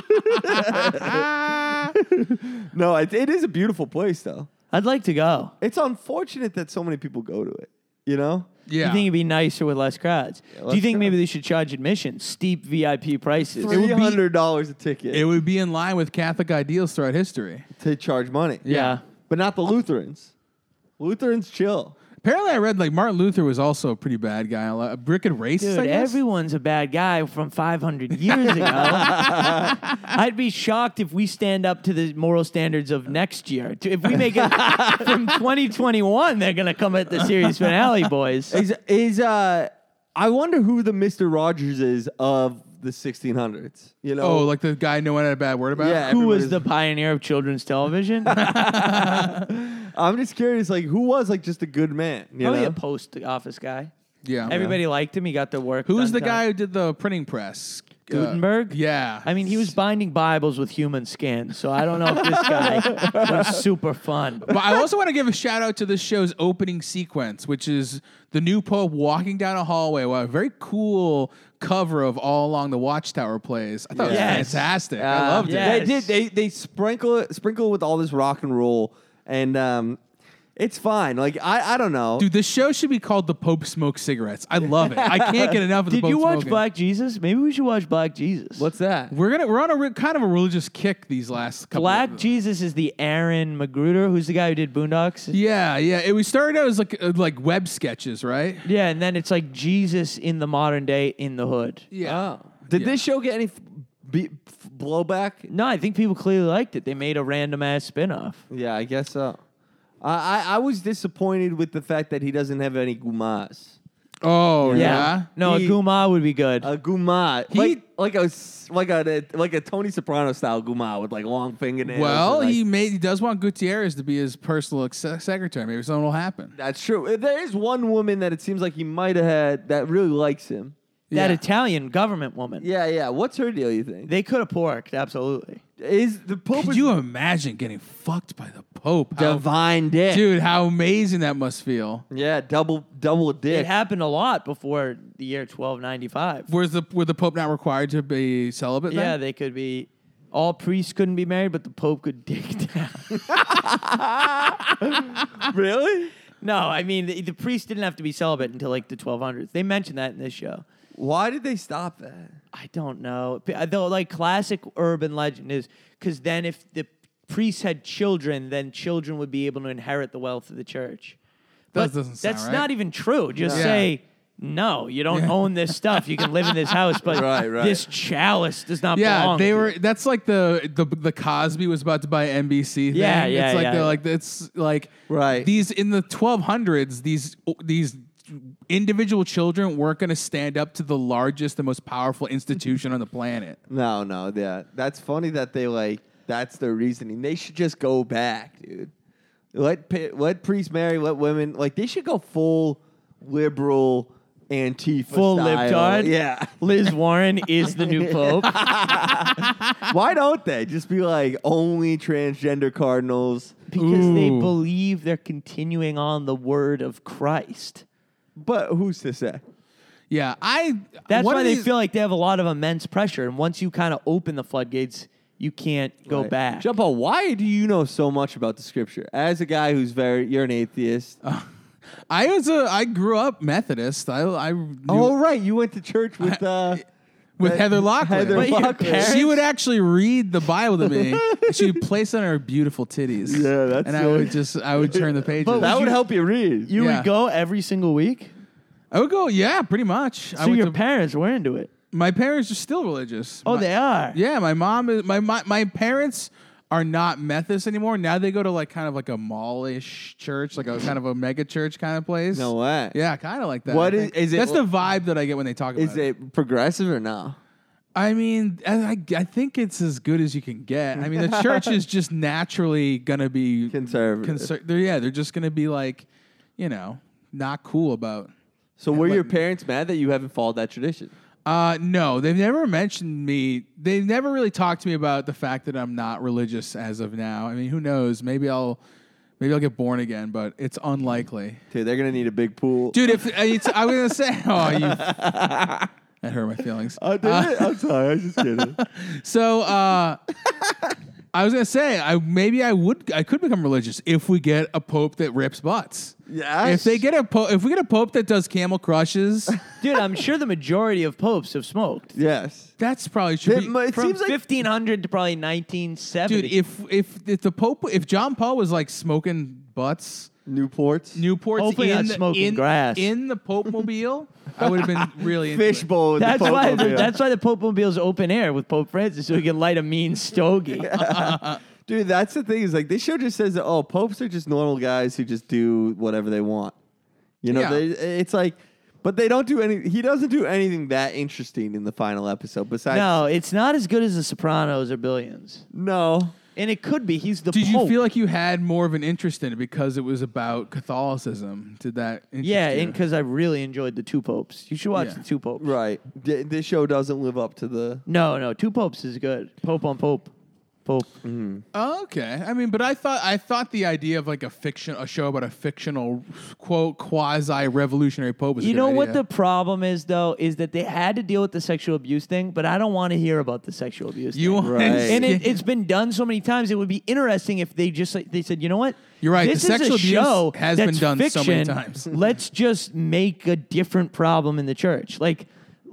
no, it, it is a beautiful place, though. I'd like to go. It's unfortunate that so many people go to it. You know, yeah. You think it'd be nicer with less crowds? do you let's think go. maybe they should charge admission, steep VIP prices? would three be- hundred dollars a ticket. it would be in line with Catholic ideals throughout history. to charge money. yeah. But not the Lutherans. Lutherans chill. Apparently, I read like Martin Luther was also a pretty bad guy. A lot- a brick and racist. Dude, I guess? everyone's a bad guy from 500 years ago. I'd be shocked if we stand up to the moral standards of next year. If we make it from 2021, they're going to come at the series finale, boys. Is is uh I wonder who the Mr. Rogers is of the 1600s. You know. Oh, like the guy no one had a bad word about. Yeah. Who was everybody's- the pioneer of children's television? I'm just curious like who was like just a good man, you Oh, Probably know? a post office guy. yeah. Everybody liked him. He got the work. Who was the done guy time. who did the printing press? Uh, Gutenberg? yeah. I mean, he was binding Bibles with human skin, so I don't know if this guy was super fun. but I also want to give a shout out to this show's opening sequence, which is the new Pope walking down a hallway while a very cool cover of All Along the Watchtower plays. I thought it was Yes. fantastic. Uh, I loved yeah. it. They did they they sprinkle it sprinkle it with all this rock and roll and um it's fine. Like I I don't know. Dude, this show should be called The Pope Smokes Cigarettes. I love it. I can't get enough of the Did Pope you watch smoking. Black Jesus? Maybe we should watch Black Jesus. What's that? We're gonna we're on a re- kind of a religious kick these last couple. Black of, Jesus is the Aaron Magruder, who's the guy who did Boondocks. yeah, yeah. It was started out as like uh, like web sketches, right? Yeah, and then it's like Jesus in the modern day in the hood. Yeah. Did Oh, Yeah. this show get any f- be- f- blowback? No, I think people clearly liked it. They made a random ass spinoff. Yeah, I guess so. I, I I was disappointed with the fact that he doesn't have any gumas. Oh yeah. No, He- a Guma would be good. Oh, A guma, He- like like a s- like a like a Tony Soprano style guma with like long fingernails. Well, and, like- he made he does want Gutierrez to be his personal ex- secretary. Maybe something will happen. That's true. Uh, There is one woman that it seems like he might have had that really likes him. that yeah. Italian government woman. Yeah, yeah. What's her deal? You think They could have porked, absolutely. is the Pope Could is you imagine getting fucked by the Pope? How- divine dick? dude, how amazing that must feel. Yeah, double double It dick. happened a lot before the year 1295. Was the were the Pope not required to be celibate? Yeah, then? they could be. All priests couldn't be married, but the Pope could dick down. really? no, I mean the, the priests didn't have to be celibate until like the 1200s. They mentioned that in this show. Why did they stop that? I don't know. P- uh, Though, like classic urban legend is because then if the priests had children, then children would be able to inherit the wealth of the church. That doesn't sound that's right. not even true. Just Yeah. say. No, you don't own this stuff. You can live in this house, but Right, right. this chalice does not Yeah, belong. they to were. you. That's like the the the Cosby was about to buy NBC. Thing. Yeah, yeah, It's like yeah. they're like it's like Right. These in the 1200s, these these individual children weren't going to stand up to the largest, the most powerful institution on the planet. No, no, yeah. That's funny that they like that's their reasoning. They should just go back, dude. Let pi- let priests marry, let women like they should go full liberal antifa Full style. libtard? Yeah. Liz Warren is the new pope. Why don't they just be like only transgender cardinals? Because they Ooh. believe they're continuing on the word of Christ. But who's to say? Yeah, I. That's one why of they these- feel like they have a lot of immense pressure. And once you kind of open the floodgates, you can't go Right. back. Jumbo, why do you know so much about the scripture? As a guy who's very you're an atheist. Uh-huh. I was a. I grew up Methodist. I. I knew oh right, you went to church with uh with Heather Locklear. Heather Wait, your Locklear. parents- she would actually read the Bible to me. and she would place on her beautiful titties. Yeah, that's And I it. would just, I would turn the pages. But That You- would help you read. you yeah. would go every single week. I would go, yeah, pretty much. I So went your to- parents were into it. my parents are still religious. Oh, My- they are. Yeah, my mom is my, my my parents are not Methodists anymore. Now they go to like kind of like a mallish church, like a kind of a mega church kind of place. No way. Yeah, kind of like that. What I is- think. is it- That's the vibe that I get when they talk about Is it progressive or no? I mean, I, I- I think it's as good as you can get. I mean, the church is just naturally going to be Conservative. conser- they're, yeah, they're just going to be like, you know, not cool about. So were But- your parents mad that you haven't followed that tradition? Uh, no, they've never mentioned me. They've never really talked to me about the fact that I'm not religious as of now. I mean, who knows? Maybe I'll, maybe I'll get born again, but it's unlikely. Dude, they're gonna need a big pool. Dude, if uh, it's, I was gonna say, oh, you, that hurt my feelings. Oh, Uh, I'm sorry, I was just kidding. So uh, I was gonna say, I maybe I would, I could become religious if we get a pope that rips butts. Yes. If they get a pope, if we get a pope that does camel crushes, Dude, I'm sure the majority of popes have smoked. yes. that's probably should It, be- mu- it From seems like 1500 to probably 1970. dude. If if if the pope, if John Paul was like smoking butts. Newport's Newport's Hopefully in not the, smoking in, grass. in the Pope Mobile, I would have been really into it. fishbowl. in the that's Pope why the, Mobile. that's why the Pope Mobile's open air with Pope Francis so he can light a mean stogie. dude. That's the thing is like this show just says that oh popes are just normal guys who just do whatever they want. You know, Yeah. they, it's like, but they don't do any. He doesn't do anything that interesting in the final episode. Besides, no, it's not as good as The Sopranos or Billions. no. And it could be he's the Did you Pope. feel like you had more of an interest in it because it was about Catholicism? Did that? Interest yeah, you? and because I really enjoyed the two popes. You should watch Yeah. the two popes. Right. D- this show doesn't live up to the. No, no, two popes is good. Pope on pope, pope. Oh, okay. I mean, but I thought I thought the idea of like a fiction, a show about a fictional quote quasi revolutionary pope was. a You good know what idea. the problem is though is that they had to deal with the sexual abuse thing, but I don't want to hear about the sexual abuse. you thing. want Right. and it, it's been done so many times. It would be interesting if they just like, they said, you know what? You're right, This the sexual is a abuse show has been that's done so many fiction. times." let's just make a different problem in the church. Like,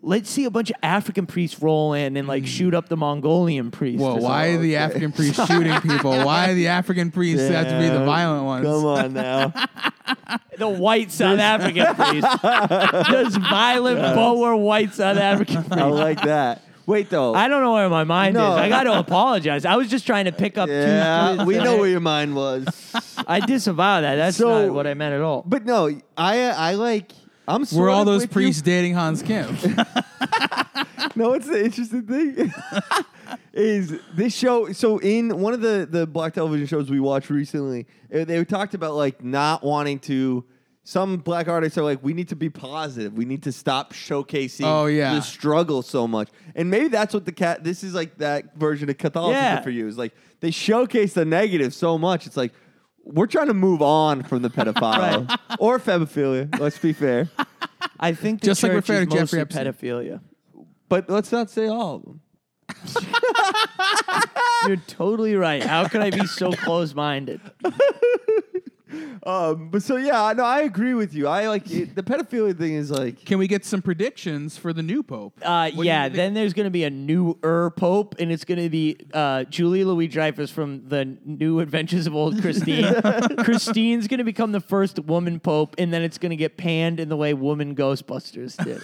let's see a bunch of African priests roll in and like shoot up the Mongolian priest. Whoa! or Hmm. Why something. the African priests shooting people? Why the African priests have to be the Damn. violent ones? Come on now. the white South African priest? Those violent Boer white South African priest. I like that. Wait though. I don't know where my mind No. is. I got to apologize. I was just trying to pick up. two- yeah, two- we know where your mind was. I disavow that. That's So- not what I meant at all. But no, I I like. I'm. Were sort all of those with you. priests dating Hans Kim? No, it's the interesting thing is this show. So in one of the the black television shows we watched recently, eh, they talked about like not wanting to. Some black artists are like, we need to be positive. We need to stop showcasing Oh, yeah. the struggle so much. And maybe that's what the cat. This is like that version of Catholicism Yeah. for you. Is like they showcase the negative so much. It's like we're trying to move on from the pedophile or femophilia. Let's be fair, I think the Just like church referring is to Jeffrey mostly Epstein. pedophilia. but let's not say all of them. You're totally right. How could I be so close-minded? Uh, Um, but so yeah, no, I agree with you. I like it, the pedophilia thing is like Can we get some predictions for the new pope? Uh, What do yeah. you think- Then there's going to be a new er pope, and it's going to be uh, Julie Louis Dreyfus from the New Adventures of Old Christine. Christine's going to become the first woman pope, and then it's going to get panned in the way woman Ghostbusters did.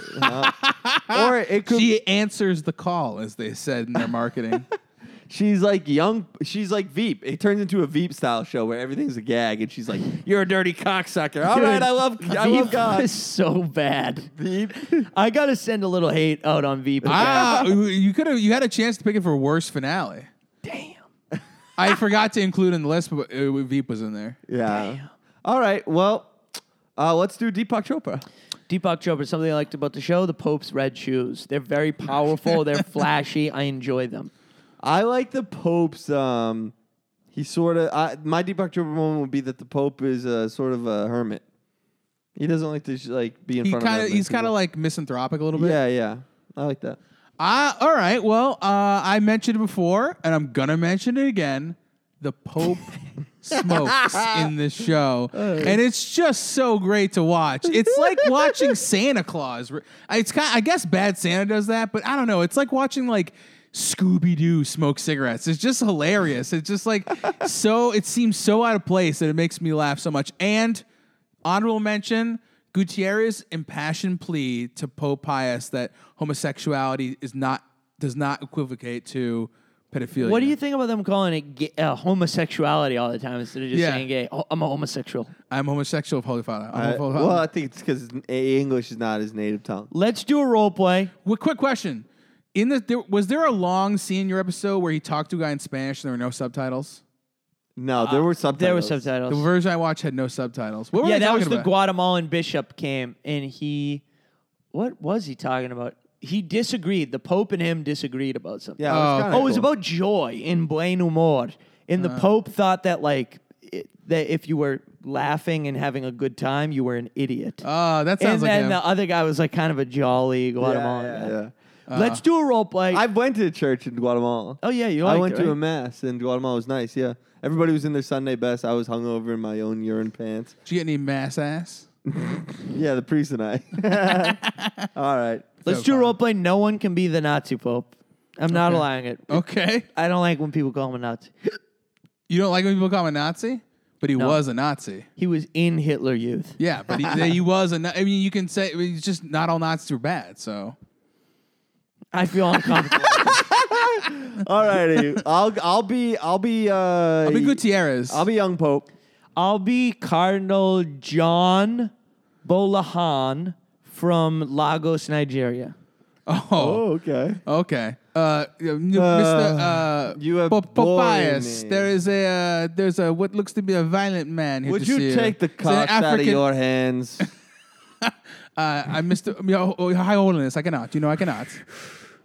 or it could Ah, She answers the call, as they said in their marketing. she's like young she's like Veep. It turns into a Veep style show where everything's a gag and she's like, You're a dirty cocksucker. All right, I love I love Veep God. is so bad. I gotta send a little hate out on Veep. again. ah, you could have. You had a chance to pick it for worst finale. Damn. I forgot to include in the list, but uh, Veep was in there. Yeah. All right, well, uh, let's do Deepak Chopra. Deepak Chopra, something I liked about the show, the Pope's red shoes. They're very powerful. They're flashy. I enjoy them. I like the Pope's um he sort of my Deepak Chopra moment would be that the Pope is uh, sort of a hermit. He doesn't like to like be in He front kind of of. other He's kind of people. like misanthropic a little bit. Yeah, yeah. I like that. Ah, all right. Well, uh, I mentioned it before, and I'm gonna mention it again. The Pope smokes in this show, and it's just so great to watch. It's like watching Santa Claus. It's kind. I guess Bad Santa does that, but I don't know. It's like watching like. Scooby Doo smoke cigarettes. It's just hilarious. It's just like so. It seems so out of place that it makes me laugh so much. And Honorable mention Gutierrez impassioned plea to Pope Pius that homosexuality is not does not equivocate to pedophilia. What do you think about them calling it ga- uh, homosexuality all the time instead of just Yeah. saying gay? Oh, I'm a homosexual. I'm homosexual of Holy Father. I'm I- homo- well, I think it's because English is not his native tongue. Let's do a role play. Well, quick question. In the there, was there a long scene in your episode where he talked to a guy in Spanish and there were no subtitles? No, there were subtitles. There were The subtitles. version I watched had no subtitles. What were yeah, we that talking was the about? Guatemalan bishop came and he, what was he talking about? He disagreed. The Pope and him disagreed about something. Yeah, it was Oh, kinda Oh, it was cool. Uh. about joy in Buen Humor. And the Pope thought that like it, that if you were laughing and having a good time, you were an idiot. Oh, Ah, that and sounds like then him. the other guy was like kind of a jolly Guatemalan. Yeah, guy. yeah, Uh. yeah. Let's do a role play. I went to church in Guatemala. oh yeah, you I liked went it, to a right? mass in Guatemala. It was nice. Yeah, everybody was in their Sunday best. I was hungover in my own urine pants. Did you get any mass ass? Yeah, the priest and I. All right. Let's So do a fun. role play. No one can be the Nazi Pope. I'm not allowing it. Oh. Okay. I don't like when people call him a Nazi. You don't like when people call him a Nazi, but he was a Nazi. He was in Hitler Youth. Yeah, but he, he was a. Na- I mean, you can say I mean, it's just not all Nazis are bad. So I feel uncomfortable. All righty. I'll I'll be I'll be uh I'll I mean, Gutierrez. I'll be young pope. I'll be Cardinal John Bolahan from Lagos, Nigeria. oh, okay. okay. Uh, n- Mr. Uh, you are Pop- Popias, boring me. there is a uh, there's a what looks to be a violent man. Here Would to see you take the It's an cops out of African- your hands? Uh, I, Mr. Your, oh, High Holiness, I cannot. You know, I cannot.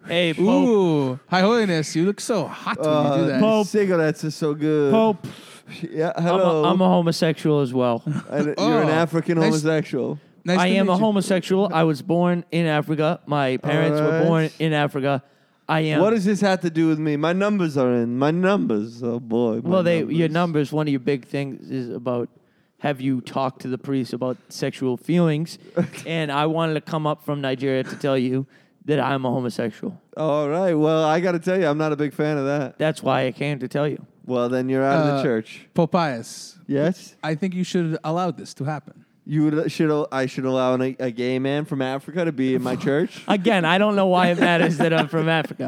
Hey, Pope. Ooh, High Holiness, you look so hot when Uh, you do that. Pope. Cigarettes are so good. Pope. Yeah, I'm a, hello. I'm a homosexual as well. And You're an Oh, African nice- homosexual. Nice I to am meet a you. homosexual. I was born in Africa. My parents were Alright. born in Africa. I am. What does this have to do with me? My numbers are in. My numbers. Oh boy. my well, they your numbers. One of your big things is about have you talked to the priest about sexual feelings? and I wanted to come up from Nigeria to tell you that I'm a homosexual. All right. Well, I got to tell you, I'm not a big fan of that. That's why I came to tell you. Well, then you're out of Uh, the church. Popias, Yes, I think you should allow this to happen. you would, should. al- I should allow an, a gay man from Africa to be in my church. Again, I don't know why it matters that I'm from Africa.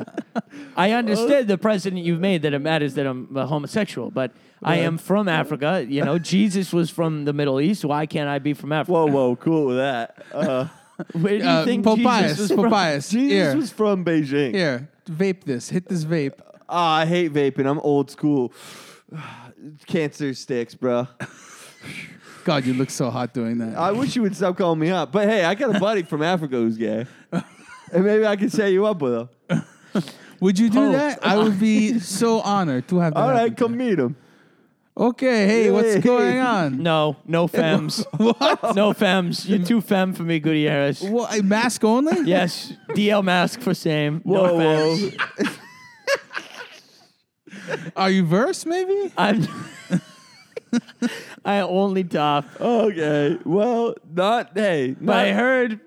I understood the precedent you've made that it matters that I'm a homosexual, but I am from Africa. You know, Jesus was from the Middle East. Why can't I be from Africa? whoa, whoa, cool with that. Uh, Where do you Uh, think Popias, Jesus was from? Popias, Jesus here, was from Beijing. here, vape this, hit this vape. Ah, I hate vaping. I'm old school. Cancer sticks, bro. God, you look so hot doing that. I wish you would stop calling me up. But hey, I got a buddy from Africa who's gay, and maybe I can set you up with him. would you do Pope. that? I would be so honored to have that. All happen right, to come you. meet him. Okay, hey, what's Yay. going on? No, no femmes. what? No femmes. You're too femme for me, Gutierrez. What, a mask only? Yes, DL mask for same. Whoa, no femmes. whoa. Are you versed, maybe? I'm. I only top, Oh, Okay. Well, not hey. but I not- heard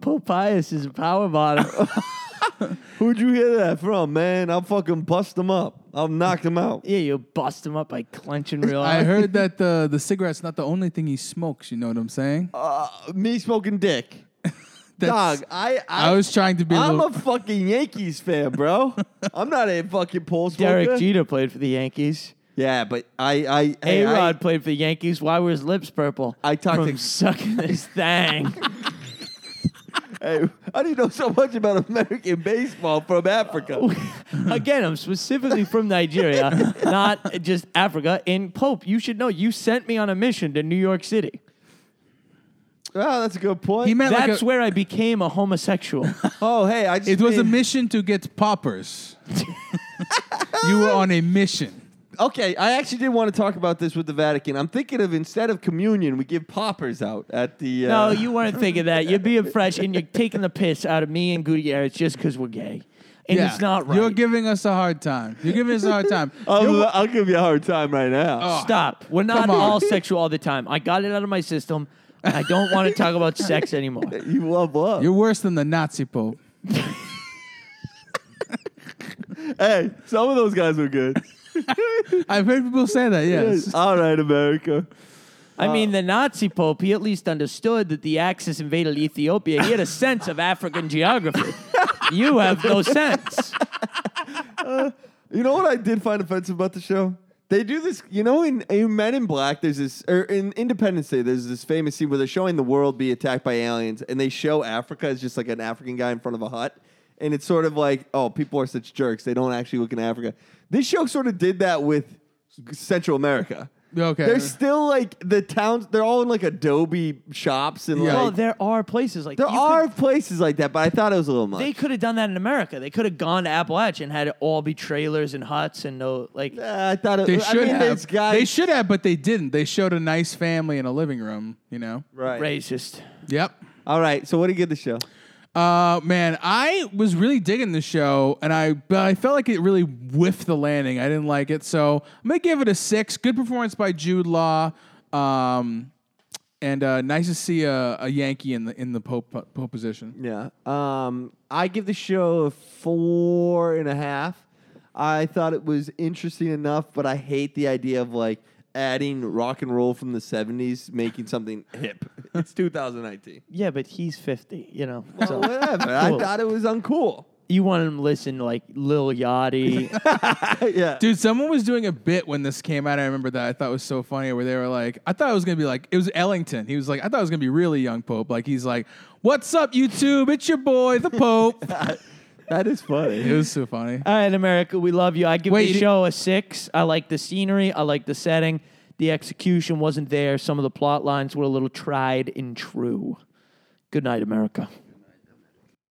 Pope Pius is a power bottom. Who'd you hear that from, man? I'll fucking bust them up. I'll knock them out. Yeah, you bust him up by clenching Uh, real hard. I heard that the the cigarette's not the only thing he smokes. You know what I'm saying? Uh, me smoking dick. That's- Dog, I I, I was trying to be. I'm little, a fucking Yankees fan, bro. I'm not a fucking pole smoker. Derek Jeter played for the Yankees. Yeah, but I I hey, A Rod I- played for the Yankees. Why were his lips purple? I talked from to- sucking his thing. hey, how do you know so much about American baseball from Oh. Africa? Again, I'm specifically from Nigeria, not just Africa. And Pope, you should know you sent me on a mission to New York City. well, that's a good point. he meant like That's a- where I became a homosexual. oh, hey, I just it was a made- mission to get poppers. you were on a mission. okay. I actually did want to talk about this with the Vatican. I'm thinking of instead of communion, we give poppers out at the. Uh, No, you weren't thinking that. You're being fresh and you're taking the piss out of me and Gutierrez just because we're gay. And it's not right. You're giving us a hard time. You're giving us a hard time. I'll, I'll give you a hard time right now. Oh. Stop. We're not Come on. all sexual all the time. I got it out of my system. I don't want to talk about sex anymore. You love love. You're worse than the Nazi Pope. hey, some of those guys were good. I've heard people say that. Yes. All right, America. I mean, the Nazi Pope, he at least understood that the Axis invaded Ethiopia. He had a sense of African geography. You have no sense. You know what I did find offensive about the show? They do this, you know, in, in Men in Black, there's this, or in Independence Day, there's this famous scene where they're showing the world be attacked by aliens, and they show Africa as just like an African guy in front of a hut. And it's sort of like, oh, people are such jerks. They don't actually look in Africa. This show sort of did that with Central America. Okay. They're still like the towns. They're all in like Adobe shops and Yeah. like Well, there are places like there you could- are places like that. But I thought it was a little much. they could have done that in America. They could have gone to Appalachia and had it all be trailers and huts and no like. Yeah, uh, I thought it. They I should mean, have. This guy, They should have, but they didn't. They showed a nice family in a living room. You know. right. Racist. Yep. All right. So what do you give the show? Uh, man, I was really digging the show, and I but I felt like it really whiffed the landing. I didn't like it, so I'm gonna give it a six. Good performance by Jude Law, um, and uh, nice to see a, a Yankee in the in the Pope, Pope position. Yeah. Um, I give the show a four and a half. I thought it was interesting enough, but I hate the idea of like adding rock and roll from the '70s, making something hip. It's 2019. Yeah, but he's fifty. You know. So so- whatever. I Cool. thought it was uncool. you want him to listen to like Lil Yachty. yeah. Dude, someone was doing a bit when this came out. I remember that I thought was so funny. Where they were like, I thought it was gonna be like it was Ellington. He was like, I thought it was gonna be really young Pope. Like he's like, What's up, YouTube? It's your boy, the Pope. That is it funny. was so funny. All right, America, we love you. I give Wait, the you- show a six. I like the scenery. I like the setting. The execution wasn't there. Some of the plot lines were a little tried and true. Good night, America.